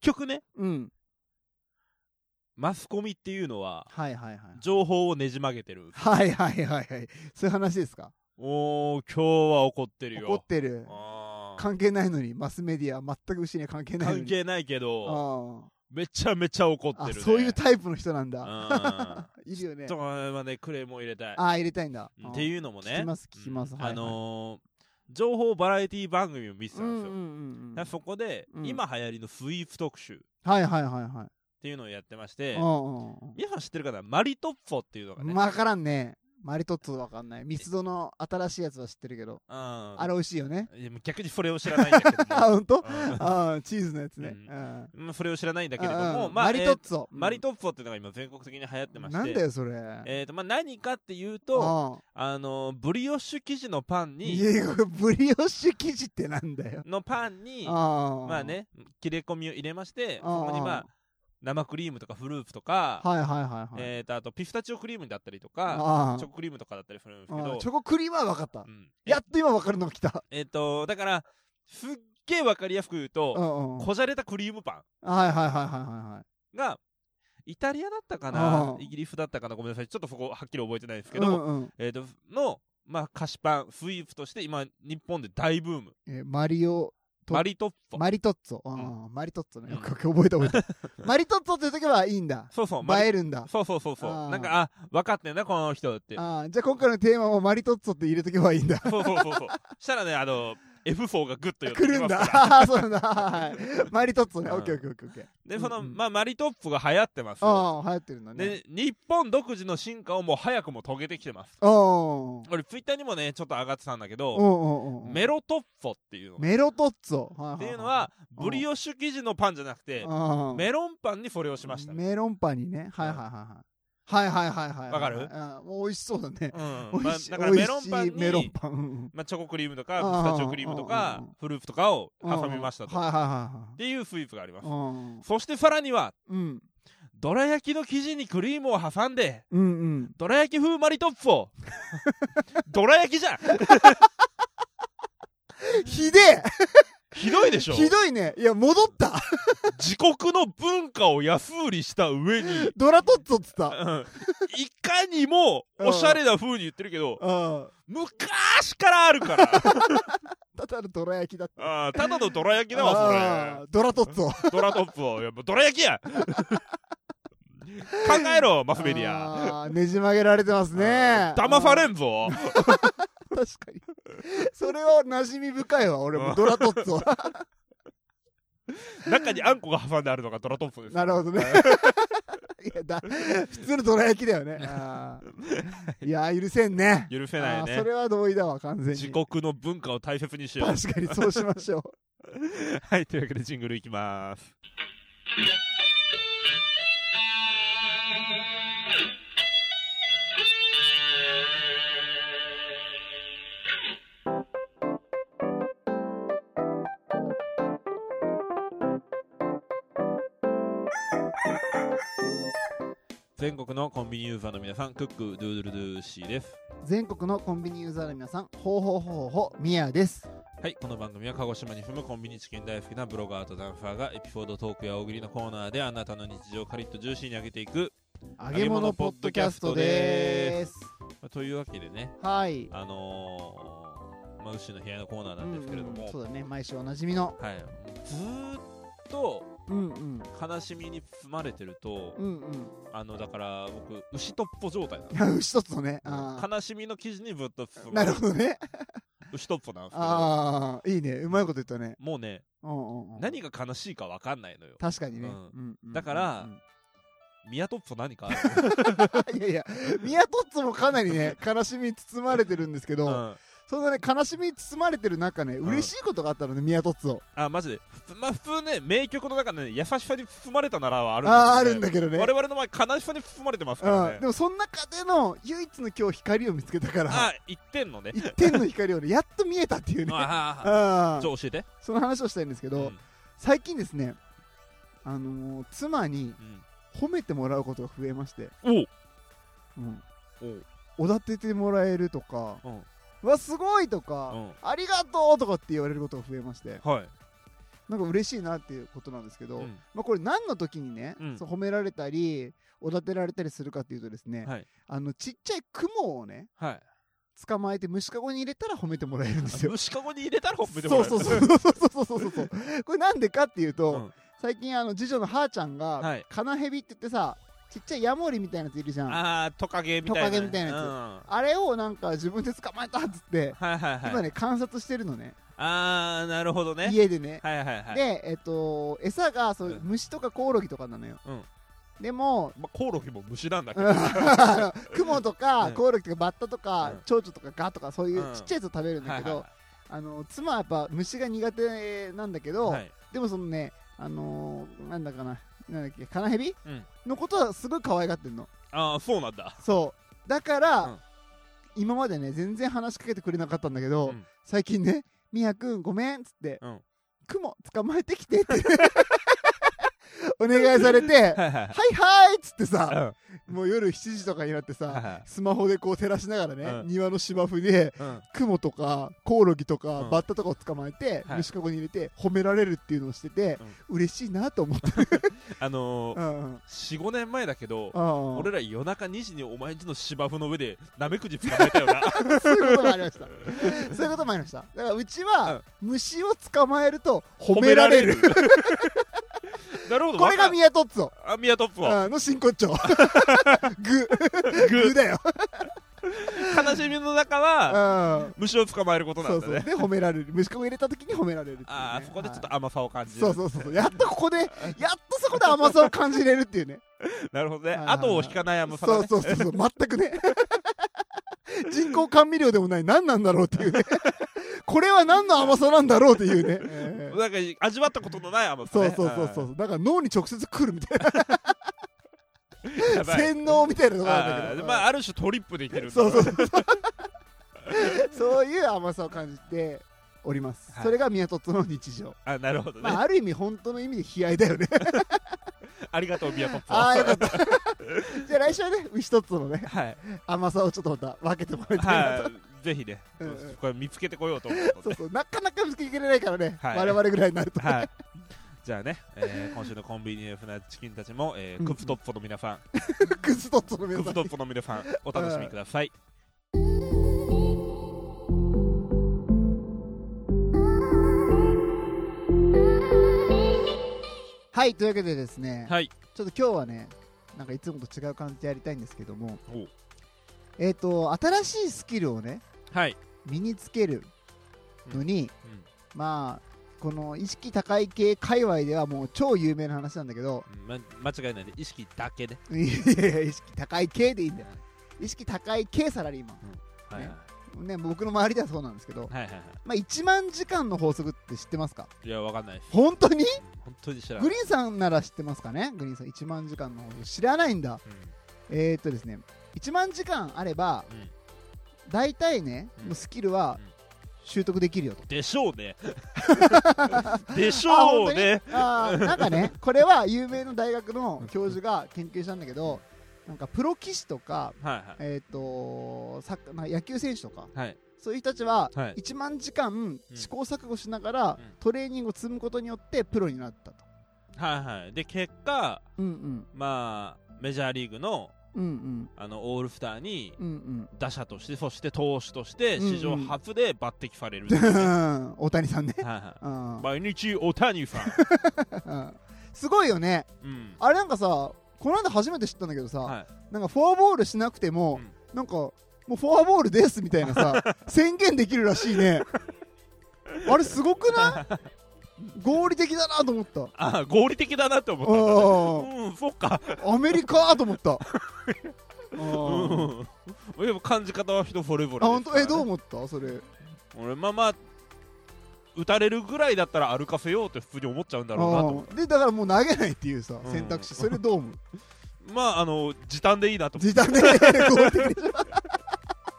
局ね、うん。マスコミっていうのは、はいはいはい。情報をねじ曲げてる。はいはいはいはい。そういう話ですかおー、今日は怒ってるよ。怒ってる。あー関係ないのに、マスメディア全く牛には関係ないの関に。係ないけど、あめちゃめちゃ怒ってああ、る、ね。そういうタイプの人なんだ。ういる よねん。と。までクレームを入れたい。ああ、入れたいんだ。あーっていうのもね。聞きます聞きますうんはいはいあのー情報バラエティ番組を見てたうんんうですよ。んうんだからそこで、うん今流行りのスイーツ特集っはいはいはいはていうのをやってましい。てう、んうん皆さん知ってるかなマリトッツォっていうのがうね。ん。わからんね。マリトッツォわかんない。ミスドの新しいやつは知ってるけうど。んあれ美味しいよね。いや逆にそれを知らないんだけど あ、もほんとうんあーチーズのやつね。ううんん。うんそれを知らないんだけれどうんも、うんまあ、マリトッえーツォ。マリトッツォっていうのが今全国的に流行ってまして、なんだよ、それ。えーとまあ、何かっていうと、ああのブリオッシュ生地のパンあに、いやブリオッシュ生地ってなんだよ。のパンに、ああ。まあ。ね、切れ込みを入れまして、あーそこにまあ、生クリームとかフルーツとか、はいはいはいはい。えーとあとピスタチオクリームだったりとか、ああチョコクリームとかだったりするんですけあどあ、チョコクリームは分かったう。んやっと今分かるのが来た。えっ、えーと、だから、すっげえわかりやすく言ううと、んうん。はいこじゃれたクリームパン。はいはいはいはいはい。が、イタリアだったかなうんイギリスだったかなごめんなさい。ちょっとそこはっきり覚えてないですけうど、んうん。えっ、と、の、まあ、菓子パン、スイーツとして今、日本で大ブーム。えーマリオ、とマリトッツォ。マリトッツォ。ああマリトッツォね。よくよく覚えた覚え た。マリトッツォって言うとけばいいんだ。そうそう、マ映リえるんだ。そうそうそうそう。あーなんか、あ、分かってんな、この人って。ああじゃあ今回のテーマもマリトッツォって入れとけばいいんだ。そうそうそうそう。 したらね、あの、F 層がグッと寄ってき来るん ますだ。から。ああそうなんだ。はい。マリトッツォね。うんオッケーオッケーオッケーオッケー。で、その、うんうんまあ、マリトッツォが流行ってますよ。ああ、流行ってるんだね。で、日本独自の進化をもう早くも遂げてきてます。ああ。俺、ツイッターにもね、ちょっと上がってたんだけうど、んうんうんうんメロトッツォっていうのがメロトッツォ。はははっていうのは、ブリオッシュ生地のパンじゃなくて、うんメロンパンにそれをしました。メロンパンにね。はいはいはいはい。はいはいはいはい。わかるあもう美味しそうだね。うん。美まあ味しいだからメロンパン美味しいメロンに、パンうん。まあ、チョコクリームとか、うんうんうんピスタチオクリームとうかんうん、フルーツとかをうん挟みましたと。はいっはいはいていうスイーツがあります。はい。そしてさらには、うん。うん。どら焼きの生地にクリームを挟んで、うん うん。どら焼き風マリトッツ ォどら焼きじゃんひでえひどいでしょひどいね。いや、戻った。自国の文化を安売りした上に、うんドラトッツォっつった。いかにもおしゃれな風に言ってるけど、うん。昔からある からただのドラ焼きだった。ああ、ただのどら焼きだあわ、ードラトッツォ。それ。ドラトップを。いや、もうどら焼き や考えろ、マスメディア。ア。ねじ曲げられてますね。騙されんぞ。あー 確かに。それは馴染み深いわ、俺も。ドラトッツォ。中にあんこが挟んであるのがドラトップです。なるほど。どね。 いやだ普通のどら焼きだよね。あ ーいやー許せんね。許せないあーそね。れは同意だわ完全に。自国の文化を大切にしよう。 確かにそうしましょう。 はい、というわけでジングルいきます。全国のコンビニユーザーの皆さん、クックドゥードゥルドゥーシーです。全国のコンビニユーザーの皆さん、ほうほうほうほうほうみやです。はい、この番組は鹿児島に住むコンビニチキン大好きなブロガーとダンサーがエピソードトークや大喜利のコーナーであなたの日常をカリッとジューシーに上げていく。揚げ物ポッドキャストでーす。まあというわけでね、はい。あのー、まあ、牛の部屋のコーナーなんですけれどうんうんも、そうだね毎週おなじみの。はい、ずーっとうんうん悲しみに包まれてると、うんうん。あの、だから僕、牛とっぽ状態なんいですや牛とつのね。 あー悲しみの記事にぶっと包まなれるて ほどね。牛とっぽなんですけど、ああいいねうまいこと言ったね。もうね、うんうんうん。何が悲しいかわかんないのよ。確かにね。ううんんうんだからうん宮とっぽ何かある、いやいや、ミヤトッツォもかなりね、悲しみに包まれてるんですけど、うんそんなね、悲しみに包まれてる中ね、ん嬉しいことがあったのね、ミヤトッツォ。あ、マジで。ふまあ、普通ね、名曲の中でね、優しさに包まれたならはあるんですけどねああー、あるんだけどね。我々の場合、悲しさに包まれてますからうん、ねで。もその中での唯一の今日光を見つけたから、あ、言ってんのね。一点の光をね、やっと見えたっていうね。ああ、あじゃあ教えて。その話をしたいんですけうど、ん最近ですね、あのー妻にうん褒めてもらうことが増えまして、おううん、おうおだててもらえるとか、うんうわ、すごいとうか、んありがとうとかって言われることが増えまして、はい。なんか嬉しいなっていうことなんですけど、うんまあ、これ何の時にね、うんそう褒められたりおだてられたりするかっていうとですね、はいあのちっちゃい雲をねはい捕まえて虫かごに入れたら褒めてもらえるんですよ。虫かごに入れたらほっぺでもそらうえるそうそうそうそうそうそうそうこれなんでかっていうと、うん最近あの次女のはーちゃんが、はいカナヘビって言ってさちっちゃいヤモリみたいなやついるじゃんあ ああトカゲみたいなトカゲみたいなやつつれをなんか自分で捕まえたっつって、はいはいはい今ね観察してるのねああなるほどね家でね、はいはいはいでえっと餌がそういううん虫とかコオロギとかなのよ、うんでもまあ、コオロギも虫なんだけどあのクモとうかんコオロギとかバッタとかうん蝶々とかガとかそういううんちっちゃいやつを食べるんだけどあの妻はやっぱ虫が苦手なんだけはいどはいはいでもそのねあのーなんだかななんだっけカナヘビうんのことはすごい可愛がってんのああそうなんだそうだかうんら今までね全然話しかけてくれなかったんだけうどん最近ね「みやくんごめん」っつってうん「クモ捕まえてきて」って お願いされて「 はいはいはいはい」っつってさはもう夜7時とかになっていはいさ、はスマホでこう照らしながらね、うん庭の芝生で、いうんクモとか、コオロギとか、うんバッタとかを捕まえて、はい虫かごに入れて、褒められるっていうのをしてて、嬉しいなと思って。あのーうんうん45年前だけどうん俺ら夜中2時にお前んちの芝生の上でナメクジ捕まえたよなそういうこともありました。 そういうこともありました。だからうちは、虫を捕まえると 褒められる。 なるほどこれがミヤトッツォあミヤトップはうんの真 骨頂。ググー、グーだよ。悲しみの中はうん虫を捕まえることなそんうだそう。ねで、褒められる。虫かごに入れた時に褒められるっていうね。ああそこでちょっはいと甘さを感じるそうそうそうそうやっと ここでやっとそこで甘さを感じれるっていうねなるほどねはい後を引かない甘さだそうねそうそうそう全くね 人工甘味料でもない何なんだろうっていうね これは何の甘さなんだろうっ ていうね、ええなんか味わったことのない甘さそうねそうそうそうだから脳に直接来るみたいなうん やばい洗脳みたいなのがあるんだあけーどまあある種トリップでいけるんだそうそうそう そういう甘さを感じております、はいそれが宮戸との日常、あなるほどねまあ、ある意味本当の意味で悲哀だよねありがとうミヤトップああよかった じゃあ来週はね一つのねはい甘さをちょっとまた分けてもらいたいなとはいぜひねうんうんこれ見つけてこようと思うのでそうそう、なかなか見つけきれないからね、はい我々ぐらいになると。はい。じゃあね、えー今週のコンビニエフなチキンたちも、えーうんクプトッポの皆さん、クズドットの皆クさプんトッポの皆さん、お楽しみください。 はい、というわけでですね、はい。ちょっと今日はね、なんかいつもと違う感じでやりたいんですけども、おうえっ、と、新しいスキルをね、はい。身につけるのに、まあ、この意識高い系界隈ではもう超有名な話なんだけど、 うんま、間違いないで、意識だけで。いやいや意識高い系でいいんだよ。意識高い系サラリーマはいはいねン。ね、僕の周りではそうなんですけど、はいはいはまあ、1万時間の法則って知ってますかい。いや、わかんないです。本当にうん本当に知らなグい。リーンさんなら知ってますかねグリーンさん1万時間の方知らないんだえー、っとですね1万時間あればうんうん大体ね、うんもうスキルはうん習得できるよと、でしょう ね。でしょうね。あ ーなんかねこれは有名な大学の教授が研究したんだけどなんかプロ棋士とかはいはえーっ、とサッカーなんか野球選手とかい。はい。そういう人たちははい。 1万時間試行錯誤しながらうんトレーニングを積むことによってプロになったとはいはい。で、結果、うんうんまあ、メジャーリーグの、うんうんあの、オールスターに、うんうん打者としてそして投手としてうんうん史上初で抜擢される、 大谷さんねはいはうんい毎日大谷さん、 うんすごいよねうんあれなんかさこの間初めて知ったんだけどさ、はなんかフォアボールしなくても、なんかもうフォアボールですみたい なさ宣言できるらしいねあれすごくない合理的だなと思ったあ合理的だなって思ったんだねあうんそっかあアメリカと 思ったあーうんでも感じ方は人それぞれあ本当えどうも思ったそれ俺まあまあ打たれるぐらいだったら歩かせようって普通に思っちゃうんだろうなと思っあーでだからもう投げないっていうさうん選択肢、それどう思うてまああの時短でいいなと思っ時短で合理的でしょ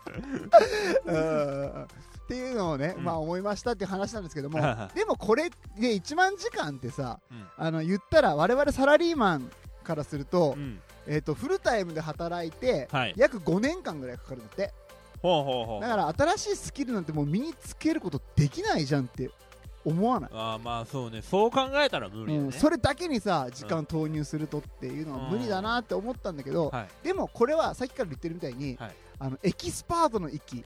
あーっていうのをね、うんまあ思いましたっていう話なんですけどもはいはいでもこれで1万時間ってさ、うんあの言ったら我々サラリーマンからすると,、てうんえー、とフルタイムで働いて、はい約5年間ぐらいかかるんだってほうほうほだうから新しいスキルなんてもう身につけることできないじゃんって思わない、あーまあそうねそう考えたら無理うだね、ん、それだけにさ時間投入するとっていうのは無理だなって思ったんだけど、はい、でもこれはさっきから言ってるみたいに、はいあのエキスパートの域、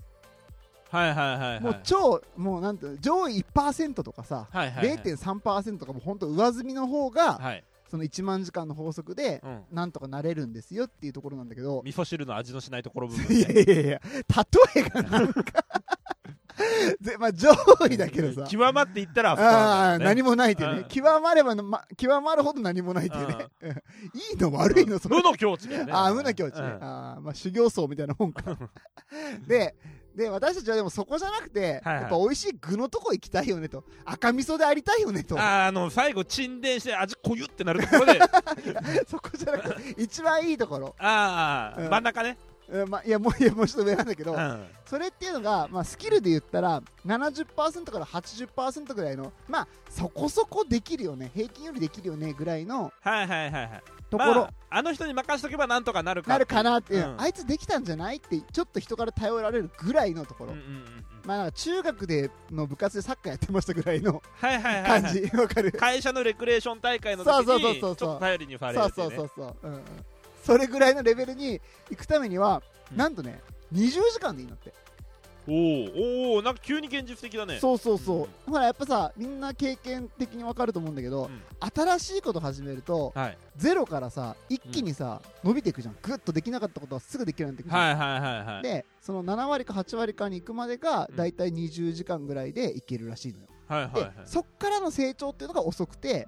はいはいはいはいもう超もうなんていうの上位1%とかさ、はいはいはい0.3%とかもう本当上積みの方が、はい、その1万時間の法則でうん、なんとかなれるんですよっていうところなんだけど、味噌汁の味のしないところ部分いねやいやいや例えがなんか ぜまあ上位だけどさ極まっていったらアフターあなあんだよ何もないっていううねん極まればの、ま、極まるほど何もないっていうねいいの悪いのそ無れの境地だよねああ無の境地ね、うんはああまあ修行僧みたいなも んかでで私たちはでもそこじゃなくて、はいはいやっぱ美味しい具のとこ行きたいよねと赤味噌でありたいよねとあーあの最後沈殿して味こゆってなるところで そこじゃなくて一番いいところ、ああ、うん真ん中ね、うんまあ、いやもういやもうちょっと上なんだけど、うんそれっていうのが、まあ、スキルで言ったら70%から80%ぐらいのまあそこそこできるよね平均よりできるよねぐらいのはいはいはいはいところ、まあ、あの人に任しとけばなんとかなるかなるかなって、うんあいつできたんじゃないってちょっと人から頼られるぐらいのとこうんろ、うんうんうんまあなんか中学での部活でサッカーやってましたぐらいのはいはいはい、感はい、じわかる会社のレクレーション大会の時そうそうそうにちそょうっと頼りにされるそうっていそうねそうそう、うんうん、それぐらいのレベルに行くためには、うんなんとね20時間でいいんだって、おーおーなんか急に現実的だねそうそうそう、うほらやっぱさみんな経験的にわかると思うんだけうど、ん新しいこと始めるとはいゼロからさ一気にさ、伸びていくじゃんグッとできなかったことはすぐできるようになってくるじゃん、はいはいはいはいでその7割か8割かに行くまでがうんだいたい20時間ぐらいでいけるらしいのよ、はいはいで、はいそっからの成長っていうのが遅くて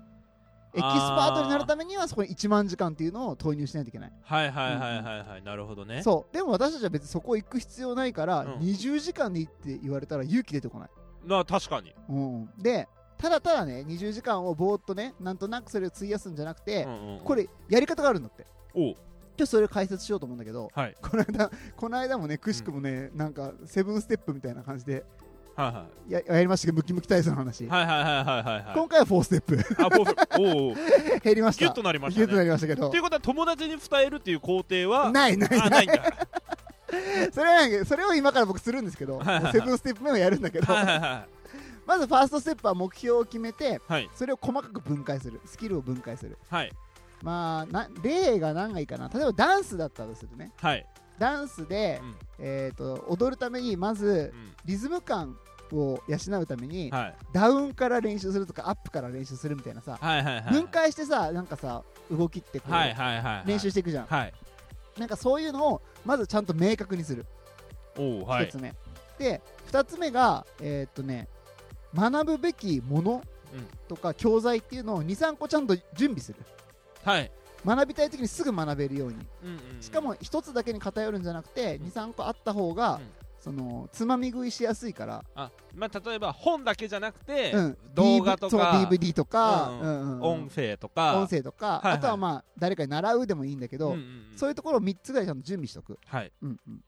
エキスパートになるためにはそこに1万時間っていうのを投入しないといけないはいはいはいはいはいなるほどねそうでも私たちは別にそこ行く必要ないから、うん20時間でいいって言われたら勇気出てこない、なあ確かにうん、でただただね20時間をぼーっとねなんとなくそれを費やすんじゃなくて、うんうんうんこれやり方があるんだっておう今日それを解説しようと思うんだけどはいこの間この間もねくしくもね、なんかセブンステップみたいな感じではいはいややりましたけどムキムキ体操の話、はいはいはいはいはいはい今回は4ステップ あもうおうおう減りましたギュッとなりましギュッたとなねりましたけどということは友達に伝えるっていう工程は ないないあなないいんだそれはないけどそれを今から僕するんですけどはいはいはいセブンステップ目をやるん だけどはいはいはまずファーストステップは目標を決めていはいそれを細かく分解するスキルを分解するはいまあな例が何がいいかな例えばダンスだったとするねはいダンスで、うんえー、と踊るためにまずうんリズム感を養うために、はいダウンから練習するとかアップから練習するみたいなさはいはいはい分解してさなんかさ動きってこう、はいはいはいはい練習していくじゃん、はいなんかそういうのをまずちゃんと明確にするおうはい1つ目、で2つ目がえーっとね学ぶべきものうんとか教材っていうのを23個ちゃんと準備するはい学びたい時にすぐ学べるようにうんうんうんしかも1つだけに偏るんじゃなくてうん23個あった方が、うんそのつまみ食いしやすいから、あまあ例えば本だけじゃなくてうん動画と DV かそう DVD とか、うんうんうんうん音声とか音声とか、いはいあとはまあ誰かに習うでもいいんだけうんど、うんうんそういうところを3つぐらいちゃんと準備しておく、はいうんうん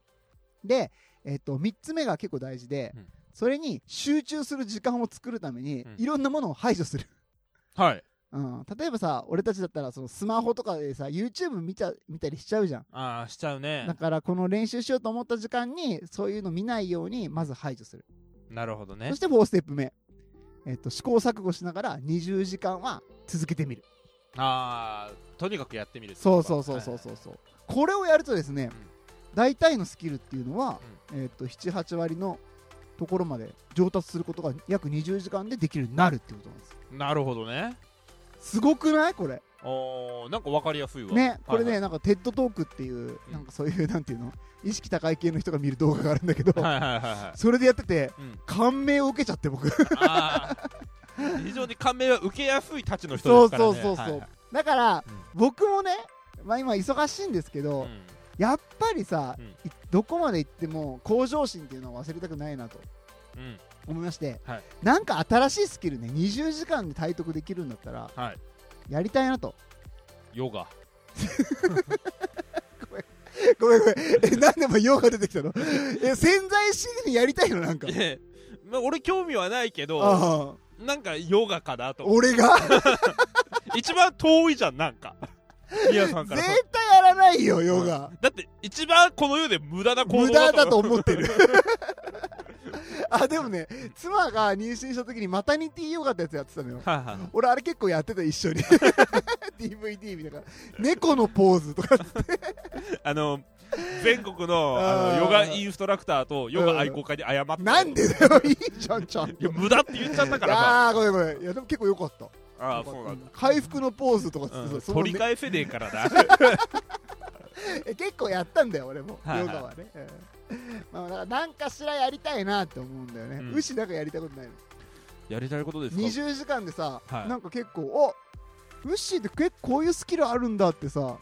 で、えっと3つ目が結構大事で、うんそれに集中する時間を作るために、うんいろんなものを排除する、はいうん、例えばさ俺たちだったらそのスマホとかでさ YouTube 見ちゃ見たりしちゃうじゃんああしちゃうねだからこの練習しようと思った時間にそういうの見ないようにまず排除するなるほどねそして4ステップ目、えっと試行錯誤しながら20時間は続けてみるああとにかくやってみるそうそうそうそうそうそう、これをやるとですね、ん大体のスキルっていうのは、えー、と78割のところまで上達することが約20時間でできるようになるっていうことなんですうなるほどねすごくないこれおーなんか分かりやすいわねこれね、はいなんか TED トークっていううんなんかそういうなんていうの意識高い系の人が見る動画があるんだけど、はいはいはいはいはいそれでやっててうん感銘を受けちゃって僕あー非常に感銘は受けやすいたちの人でそうすからねそうそうそう、はいはいだから、うん僕もねまあ今忙しいんですけど、うんやっぱりさ、うんいどこまで行っても向上心っていうのを忘れたくないなとうん思いまして、はいなんか新しいスキルね20時間で体得できるんだったらはいやりたいなとヨガごめんごめんえなんでも用が出てきたのえ潜在主義にやりたいのなんかいや まあ俺興味はないけどああなんかヨガかなと俺が絶一番遠いじゃんなん か宮さんから対やらないよヨガ、 だって一番この世で無駄な行動無駄だと思ってるあでもね妻が妊娠した時にマタニティヨガってやつやってたのよはあはあ俺あれ結構やってた一緒に DVD 見ながら猫のポーズとかあの全国のあーあのヨガインストラクターとヨガ愛好家に謝ってなんでだよいいじゃんちゃんといや無駄って言っちゃったからさああごめんごめんいやでも結構良かったああそうなんだ回復のポーズとかつってうんさその取りね返せねえから なえ結構やったんだよ俺もはいはいヨガはね、うんまあ、だからなんかしらやりたいなって思うんだよね、うんうしなんかやりたいことないのやりたいことですか20時間でさ、はいなんか結構あウッシーって結構こういうスキルあるんだってさ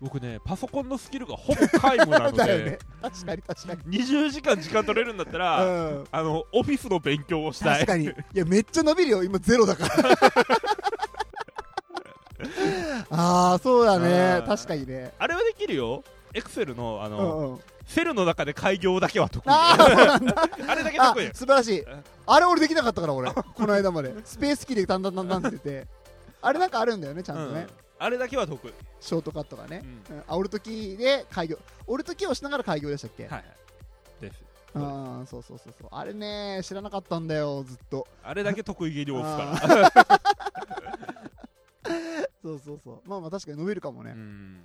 僕ねパソコンのスキルがほぼ皆無なの だよねで確かに確かに、 20時間時間取れるんだったら、うん、あのオフィスの勉強をしたい確かにいやめっちゃ伸びるよ今ゼロだから ああそうだねうん確かにねあれはできるよエクセルのあうの、んうんセルの中で開業だけは得意ああそうなんだあれだけあ得意素晴らしいあれ俺できなかったから俺この間までスペースキーでだんだんだんだんっ ててあれなんかあるんだよねちゃんとうね、んあれだけは得意、ショートカットがねう、んうん、あ俺ときで開業俺ときをしながら開業でしたっけ、はいはいですああそうそうそうそうあれね知らなかったんだよずっとあれだけ得意げに押すかそうそうそうまあまあ確かに伸びるかもねら、う、ん、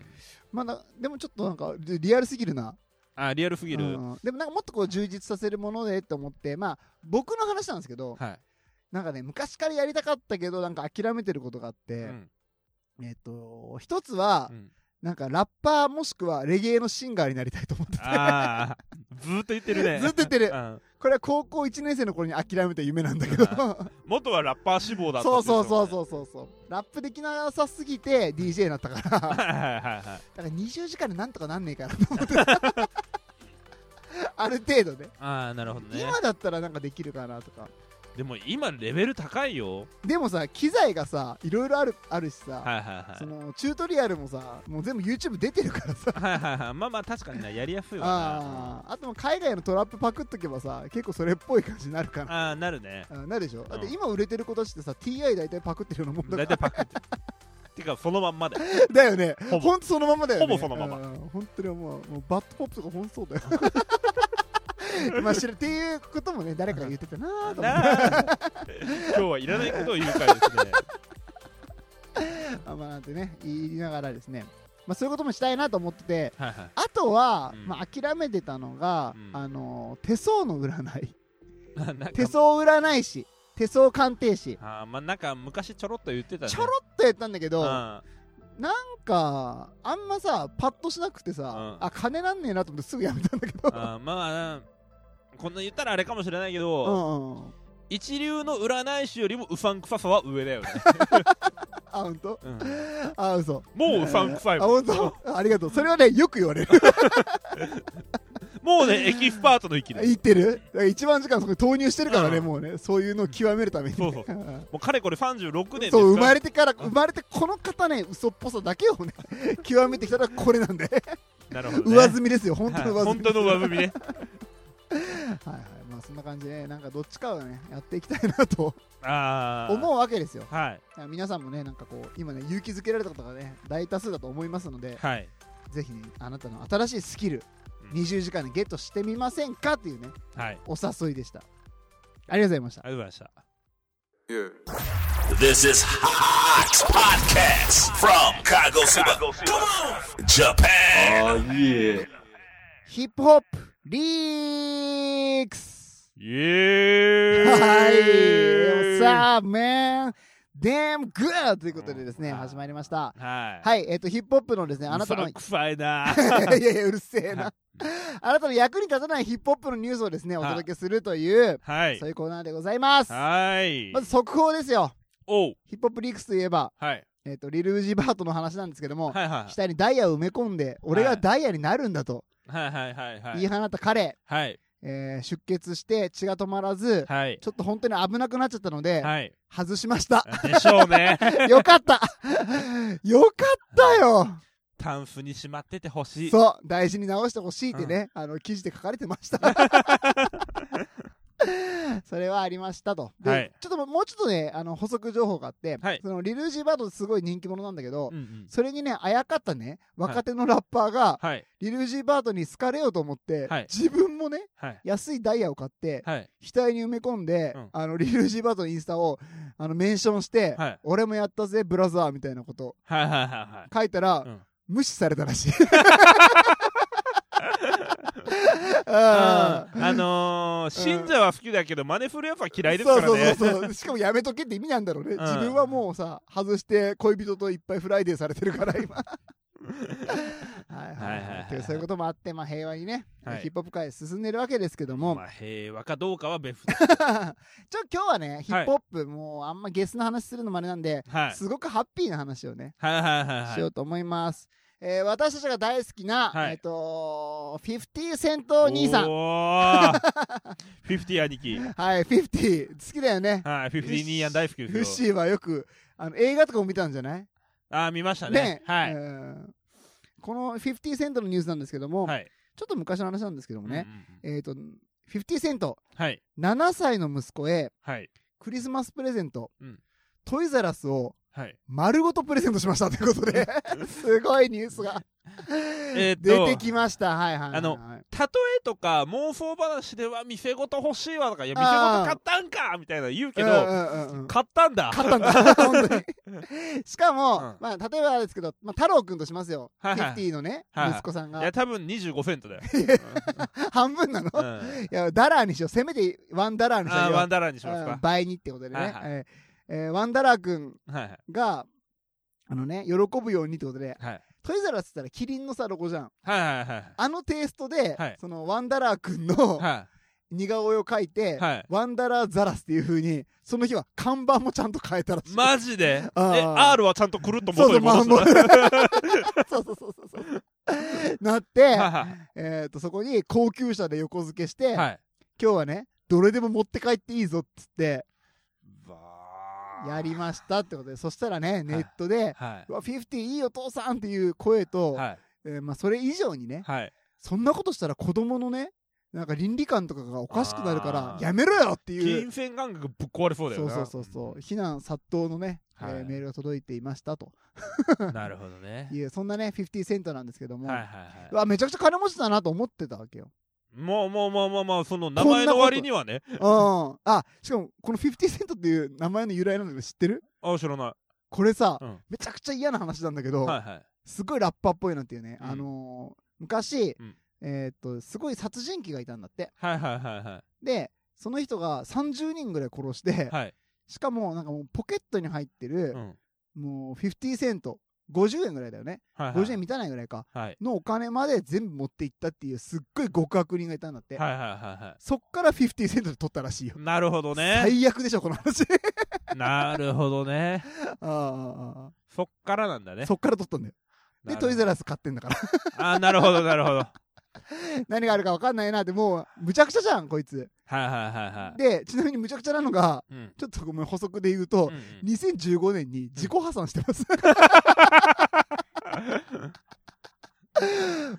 まあなでもちょっとなんかリリアルすぎるなあリアルすぎる、うんでもなんかもっとこう充実させるものでと思ってまあ僕の話なんですけど、はい、なんかね昔からやりたかったけどなんか諦めてることがあって、うんえっ、と一つは、うんなんかラッパーもしくはレゲエのシンガーになりたい と思ってああずーっと言ってるねずっと言ってるうんこれは高校1年生の頃に諦めた夢なんだ けど元はラッパー志望 だったそうそうそううそうそうそうラップできなさすぎて DJ になったから だかはいはいはいはいら20時間でなんとかなんねえかなと思って たある程度ねああなるほどね今だったらなんかできるかなとかでも今レベル高いよでもさ機材がさいろいろあるあるしさ、はいはいそのチュートリアルもさもう全部 YouTube 出てるからさはいはいはいはいまあまあ確かになやりやすいわなあーあともう海外のトラップパクっとけばさ結構それっぽい感じになるかなああーなるねあなるでしょだって今売れてる子たちってさ TI 大体パクってるようなもんだか大ら体パクっててかそのまんまで だよねほぼほんとそのままだよねほぼそのままうん本当にもうもうバッドポップとかほんとそうだよ まあ知るっていうこともね誰かが言ってたなと思っなあ今日はいらないことを言うからですねてまあまあなんてね言いながらですねまあそういうこともしたいなと思っててはいはいあとは、うんまあ諦めてたのが、うんあの手相の占いななんか手相占い師手相鑑定士あーまあなんか昔ちょろっと言ってたねちょろっとやったんだけど、なんあかあんまさパッとしなくてさ、うんあ金なんねえなと思ってすぐやめたんだけどーあーまあこんな言ったらあれかもしれないけど、うんうん一流の占い師よりもうさんくささは上だよね、あ本当うんあ嘘もううさんくさいあもん本当ありがとうそれはねよく言われるもうねエキスパートの域だよ言ってるだから一番時間そこに投入してるからね、うんもうねそういうのを極めるためにそうそううんもうかれこれ36年ですそう生まれれてから生まれてこの方ね嘘っぽさだけをね極めてきたらこれなんでなるほど、ね、上積みですよ本当の上積はみ、い本当の上積み ねはいはいまあそんな感じでねなんかどっちかをねやっていきたいなとああ思うわけですよはいだから皆さんもねなんかこう今ね勇気づけられたことがね大多数だと思いますのではいぜひねあなたの新しいスキルうん20時間でゲットしてみませんかっていうねはいお誘いでしたありがとうございましたありがとうございました This is Hot Podcast from Kagoshima. Come on! Japan! Oh yeah. ヒップホップリークスイエーイはいさあ man damn good ということでですねうん始まりましたはいはいえっとヒップホップのですねあなたうのさんくさいな いやいやうるせえはないあなたの役に立たないヒップホップのニュースをですねおはい届けするというはいそういうコーナーでございますはいまず速報ですよおうヒップホップリークスといえばはいえっとリル・ウジバートの話なんですけどもはいは下にダイヤを埋め込んで俺がダイヤになるんだといはいはいはいは言いい放った彼はいえー出血して血が止まらずはいちょっと本当に危なくなっちゃったので、はい外しました。 でしょうねよかった よかったよタンスにしまっててほしい そう、大事に直してほしいってね、あの、記事で書かれてました。それはありましたと。で、はいちょっともうちょっとね、あの補足情報があって、はいそのリルージーバードすごい人気者なんだけど、うんうんそれにね、あやかったね、若手のラッパーが、はいリルージーバードに好かれようと思って、はい自分もね、はい安いダイヤを買って、はい額に埋め込んで、うんあのリルージーバードのインスタをあのメンションして、はい俺もやったぜ、ブラザーみたいなことはいはいは書いたら、うん無視されたら しい。い あはいーうんあのー信者は好きだけどマネフルやっぱ嫌いですかそうらそうねそうそうしかもやめとけって意味なんだろうね、ん自分はもうさ外して恋人といっぱいフライデーされてるから 今はいははいいはいははいいというそういうこともあって、まあ、平和にね、はいヒップホップ界進んでるわけですけども、まあ平和かどうかは別 ちょ今日はねヒップホップ、もうあんまゲスの話するのもあれなんで、はいすごくハッピーな話をね、はいはいはいしはよいうと思います、えー私たちが大好きな、はいえっ、と50セント兄さんおー50兄貴はい50好きだよねはい50兄やん大好きフッですよシーはよくあの映画とかも見たんじゃないあー見ましたねねはいうんこの50セントのニュースなんですけども、はいちょっと昔の話なんですけどもねう、んうんうんえっ、と50セントはい7歳の息子へはいクリスマスプレゼント、うんトイザラスをはい丸ごとプレゼントしましたということで すごいニュースが えーっ出とてきましたはいはいはいはいあの例えとか妄想話では店ごと欲しいわとかいや店あーごと買ったんかみたいなの言うけうんどうんうんうん買ったんだ勝った んだ本当にしかも、うんまあ、例えばですけど、まあ、太郎くんとしますよ、はいはい50のね、はいはい息子さんいやが多分25セントだよ、半分なの、うんいあやダラーにしようせめてワンダラーにしようーよワンダラーにしますうんか、倍にってことでね、はいはいえーえーワンダラー君はいはいがあのね喜ぶようにってことではいトイザらスって言ったらキリンのさロゴじゃんはいはいはいあのテイストで、はいそのワンダラー君のは似顔絵を描いて、いはいワンダラーザラスっていう風にその日は看板もちゃんと変えたらしい、マジでえあー R はちゃんとくるっとそう元そうに戻すのまあはいそうそうそうそうそうなってはえーとそこに高級車で横付けして、いはい今日はねどれでも持って帰っていいぞっつってわーやりましたってことでそしたらねネットでは「うわ50いいお父さん」っていう声と、いはいえーまあ、それ以上にねはいそんなことしたら子供のねなんか倫理観とかがおかしくなるからあーやめろよっていう金銭感覚ぶっ壊れそうだそようなそうそうそう非難殺到のね、えーはいメールが届いていましたとうんなるほどねいうそんなね50セントなんですけども、はいはいはいうわめちゃくちゃ金持ちだなと思ってた わけよ。もうもうもうもうもうその名前の割にはねうん、あしかもこの50セントっていう名前の由来なんだけど知ってるあ知らないこれさ、うんめちゃくちゃ嫌な話なんだけど、はいはいすごいラッパーっぽいなっていうね、うんあのー昔、うんえーっとすごい殺人鬼がいたんだってはいはいはいはでその人が30人ぐらい殺して、いはいしかもなんかもうポケットに入ってるう、んもう50セント50円ぐらいだよねはいはい50円満たないぐらいかはいのお金まで全部持っていったっていうすっごい極悪人がいたんだって、はいはいはいはそっから50セントで取ったらしいよ、いなるほどね最悪でしょこの 話なるほどねああああそっからなんだねそっから取ったんだよでトイザララス買ってんだから あーなるほどなるほどはい何があるか分かんないなってもうむちゃくちゃじゃんこいつはいはいはいでちなみにむちゃくちゃなのがうんうんちょっとごめん補足で言うと、うん2015年に自己破産して ます、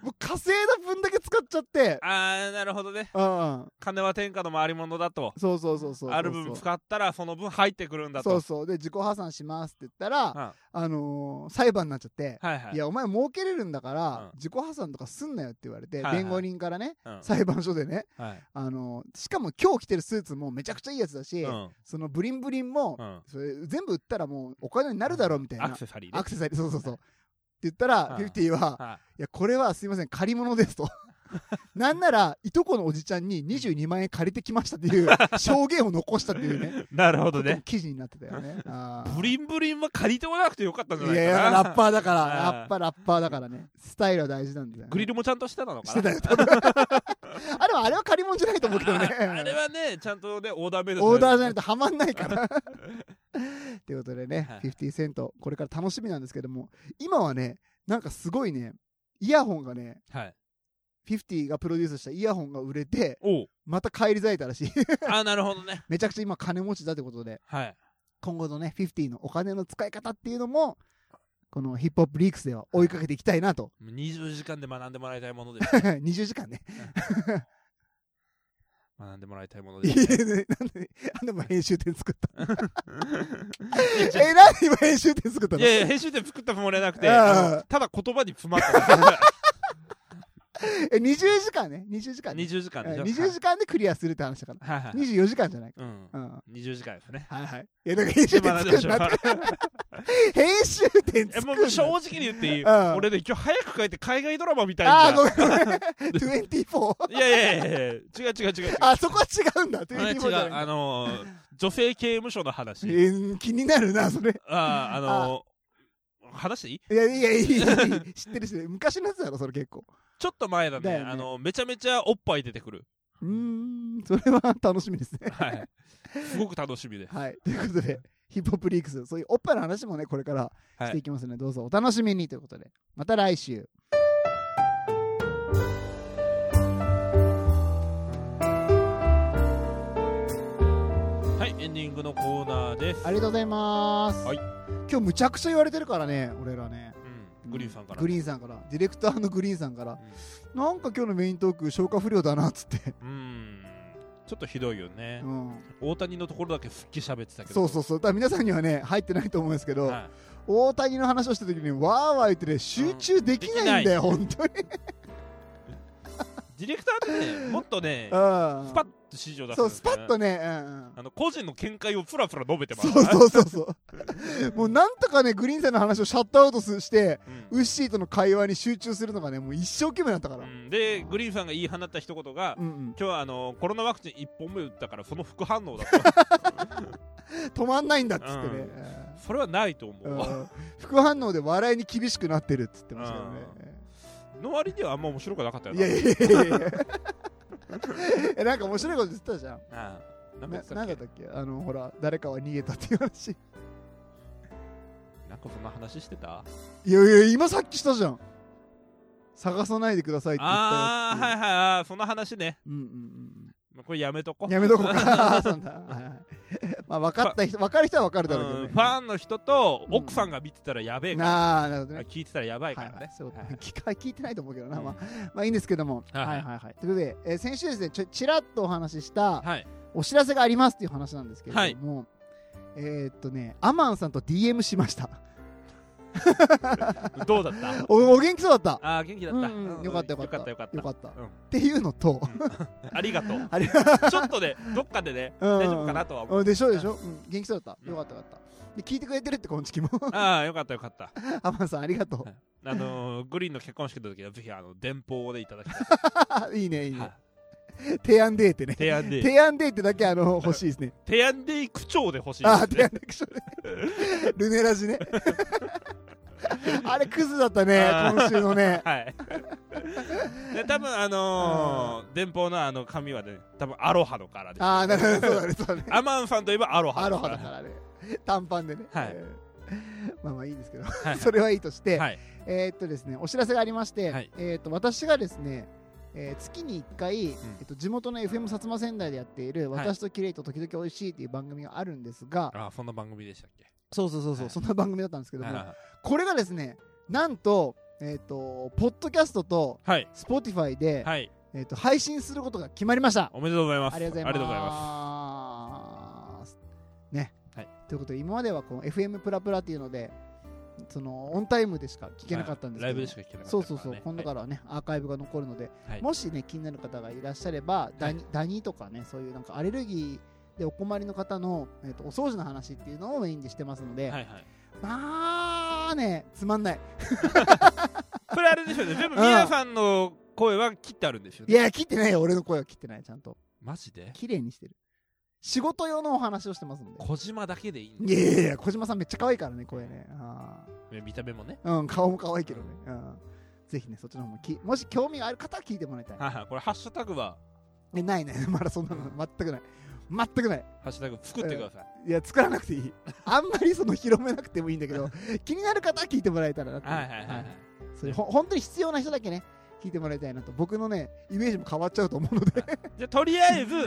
もう稼いだ分だけ使っちゃってああなるほどねうん金は天下の回り物だとそうそうそうそうある分使ったらその分入ってくるんだとそうそうで自己破産しますって言ったら、うんあのー裁判になっちゃって、はいはいい、やお前儲けれるんだから、うん自己破産とかすんなよって言われて、はいはい弁護人からねうんは裁判所でね、いあのーしかも今日着てるスーツもめちゃくちゃいいやつだし、うんそのブリンブリンも、うんそれ全部売ったらもうお金になるだろうみたいな、アクセサリーねアクセサリーそうそうそうって言ったらうん50ははい「いやこれはすいません借り物で す」となんならいとこのおじちゃんに22万円借りてきましたって いう証言を残したっていうねなるほこどともね記事になってた よねあーブリンブリンは借りておらなくてよかったんじゃないいやいかやなラッパーだからうんラッパーラッパーだからねスタイルは大事なんだよ、ね、グリルもちゃんとしてたのしかてなた よ多分 あでもあれは借り物じゃないと思うけどねあれはねちゃんとねオーダーメイドオーダーじゃゃないとはまんないから。ということでねはい、 50セント、これから楽しみなんですけども、今はね、なんかすごいね、イヤホンがね、はい50がプロデュースしたイヤホンが売れて、おうまた返り咲いたらしい。 あーなるほどねめちゃくちゃ今金持ちだということで、はい今後のね、50のお金の使い方っていうのも、このヒップホップリークスでは追いかけていきたいなと。 20時間で学んでもらいたいものです20時間ね。学んでもらいたいものいでやす、ね。 なんで、あでも編集点作った。 いやちょえ、なんで今編集点作ったいのやいや、編集点作ったつもりはなくて、あああのただ言葉に詰まった。え、20時間ね。20時間ね。 20時間でしょ。 20時間でクリアするって話だから。はいはい。 24時間じゃないか。うん。うん。は20時間ですね。いはい。いや、だから編集点学んだで作るしんょだって。編集点え作もるんだう正直に言っていい、うん俺ね今日早く帰って海外ドラマみたいああ、なごめんごめん。24。いやいやいやいや違う違う違う違うあ、そこは違うんだ。あれ違24じゃないんうだあのー女性刑務所の話、えー気になるな、それ。あーあのー話していいいやいやいやいいいい知ってる知ってる昔のやつだろそれ結構ちょっと前だねだよねあのーめちゃめちゃおっぱい出てくる、うーんそれは楽しみですねはい、すごく楽しみです、はいということでヒップホップリークスそういうおっぱいの話もねこれからはいしていきますので、どうぞお楽しみにということでまた来週はい、エンディングのコーナーです、ありがとうございます、はい今日むちゃくちゃ言われてるからね俺らねうん、グリーンさんからグリーンさんからディレクターのグリーンさんから、うなんか今日のメイントーク消化不良だなっつ って、うんちょっとひどいよねう、ん、大谷のところだけ復帰喋ってたけどそうそうそうだから皆さんにはね入ってないと思うんですけど、はい大谷の話をした時にわーわー言ってね集中できないんだよ、本当にディレクターってねもっとねうんスパッと指示を出すんですよねそうスパッとね、うんうんあの個人の見解をふらふら述べてますそうそうそうそう もうなんとかねグリーンさんの話をシャットアウトすしてうウッシーとの会話に集中するのがねもう一生懸命だったから、うんんでグリーンさんが言い放った一言が、うん、今日はあのコロナワクチン1本目打ったからその副反応だ と止まんないんだっつってね、それはないと思う、うんうん副反応で笑いに厳しくなってるっつってましたよね、の割にはあんま面白くなかったよいなやいやいやいやい やえなんか面白いこと言ってたじゃんああなんかなやってたっけなんだったっけあのほら誰かは逃げたっていう話なんかそんな話してたいやいや今さっきしたじゃん探さないでくださいって言ったああやはいはいあーその話ねつうんうんこれやめとこうんやめとこうかそうなんだ、はいはいまあ分かった人分かる人は分かるだろうけど、うねんファンの人と奥さんが見てたらやべえかなあなるほどら、ね聞いてたらやばいかはらいね、はいそうはい聞か聞いてないと思うけどな、うんまあ、まあいいんですけども、ははいいははいいはいということで、えー先週ですねちょちらっとお話ししたはいお知らせがありますっていう話なんですけれども、えーっとねアマンさんと DM しましたどうだった おお元気そうだったああ元気だった、うんうんよかったよかったよかったよよかかっった、たうんっていうのと、ありがとうあれちょっとねどっかでねうん大丈夫かなとは思ううんでしょでしょ、うん、元気そうだっうんたよかったよかったで聞いてくれてるってこんちき もああよかったよかったアマンさんありがとあのー、グリーンの結婚式の時はぜひあの電報でいただきたういいねいいい、はねい提案 デーってね提案で提案デーってだけあの欲しいですね提案で区長 で欲しいあですねあ提案デークションねルネ ラジねあれクズだったねあー今週のねはい で多分あのー、電報のあの紙はね多分アロハのからですああなるほどそうだねそうだねアマンさんといえばアロハアロハだからね 短パンでね、はいえー まあまあいいんですけど、いそれはいいとして、はいえーっとですね、お知らせがありまして、はいえーっと私がですね、えー月に1回、えっと地元の FM 薩摩仙台でやっている「はい私とキレイと時々おいしい」っていう番組があるんですが、あーそんな番組でしたっけそうそうそうそう、はいそんな番組だったんですけども、あこれがですねなんと,、えーっとポッドキャストとーはい Spotify で、はいえーっと配信することが決まりましたおめでとうございますありがとうあございりがます。ね、はいということで今まではこの FM プラプラっていうのでそのオンタイムでしか聞けなかったんですけど、はいライブでしか聞けなかったそうそうそう、今度かららはねアーカイブが残るので、はいもしね気になる方がいらっしゃればダニ,、ダニとかねそういうなんかアレルギーでお困りの方の、えー、とお掃除の話っていうのをメインでしてますので、ねはいはいはいまあねつま んないこれあれですよね全部皆さんの声は切ってあるんですよいねや切ってないよ俺の声は切ってないちゃんとマジで綺麗にしてる仕事用のお話をしてますので小島だけでいいんいやいやいや小島さんめっちゃ可愛いからね声ねあー見た目もねうん、顔も可愛いけどね。うん。ぜひね、そっちの方もき、もし興味がある方は聞いてもらいたい。はいはいこれハッシュタグはえないね、 まだそんなの全くない。全くない。ハッシュタグ作ってください、いや、作らなくていい。 あんまりその広めなくてもいいんだ けど、気になる方は聞いてもらえたらなって。はいはいはいはい、それほ本当に必要な人だけね、聞いてもらいたいなと。僕のね、イメージも変わっちゃうと思うので。じゃあとり あえずう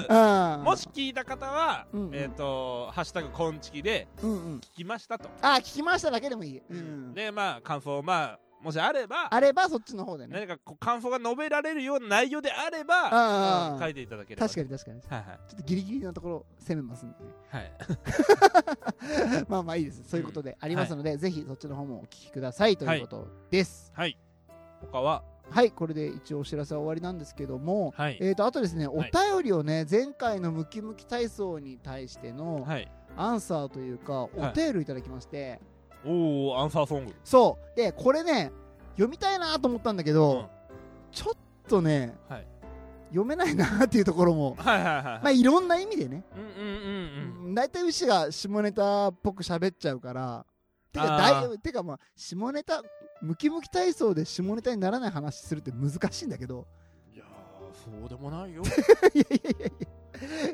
ん。もし、聞いた方は、うんうんえっ、と「ハッシュタグこんちき」でうんうん。聞きましたと、あ、聞きましただけでもいい。うん。でまあ感想をまあもしあればあればそっちの方でね何かこう感想が述べられるような内容であればあ書あいていただければ確かに確かにちょはいはいっとギリギリのところ攻めますんでねはい まあまあいいですそういうことでありますので、ぜひそっちの方もお聞きくださいということですはい他ははい、これで一応お知らせは終わりなんですけども、はいえー、とあとですねおは便いりをね前回のムキムキ体操に対してのはいアンサーというかおはい便りをいただきまして、おおアンサーソングそうでこれね読みたいなと思ったんだけど、ちょっとねうんはい読めないなっていうとこ ろもはいはいはいまあはいいろんな意味でねうんうんうん大体牛が下ネタっぽく喋っちゃうからてかあーだいてかまあ下ネタムキムキ体操で下ネタにならない話するって難しいんだけどうんいやーそうでもないよいやいやいやいや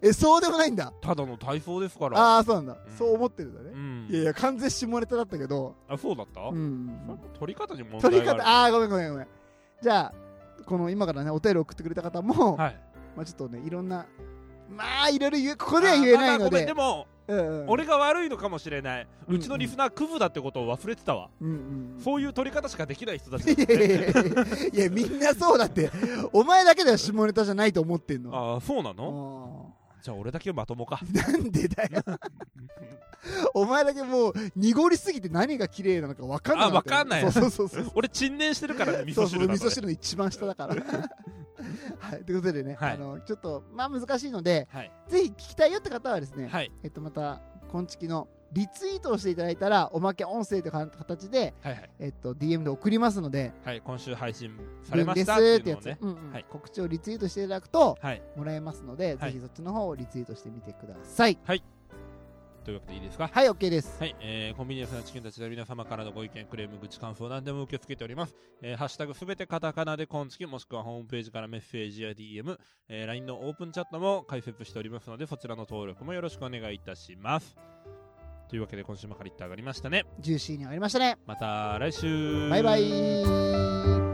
えそうでもないんだただの体操ですからああーそうなんだ、うんそう思ってるんだうね、んいやいや完全下ネタだったけど、あそうだったうん、取り方に問題取りがある方ああーごめんごめんごめんじゃあこの今からねお便り送ってくれた方も、はいまあちょっとねいろんなまあいろいろ言うここでは言えないのあまあまあごめんででもうんうん俺が悪いのかもしれないうんうちのリスナークズだってことを忘れてたわうんうんそういう取り方しかできない人たち いやいやいやいやいやみんなそうだってお前だけでは下ネタじゃないと思ってんのああそうなのうじゃあ俺だけまともか んなんでだよお前だけもう濁りすぎて何が綺麗なのか分かんないあ分かんないそうそうそうそう俺沈殿してるからね味そう噌そう汁なの味ね噌汁の一番下だからはいということでね、はいあのちょっとまあ難しいのではいぜひ聞きたいよって方はですね、はいえっとまた昆虫のリツイートをしていただいたらおまけ音声という形で、はいはいえっと、DM で送りますのではい今週配信「されまでしす」たってっていやうのをつ、ねうんうんはい告知をリツイートしていただくとはいもらえますので、はいぜひそっちの方をリツイートしてみてくださいというわけでいいですかはい OK ですはい、えーコンビニエンスなチキンたちでは皆様からのご意見、クレーム、愚痴、感想、何でも受け付けております。えーハッシュタグすべてカタカナでコンチキ、もしくはホームページからメッセージや DM、えー LINE のオープンチャットも開設しておりますので、そちらの登録もよろしくお願いいたします。というわけで今週もカリッと上がりましたね。ジューシーに上がりましたねまた来週バイバイ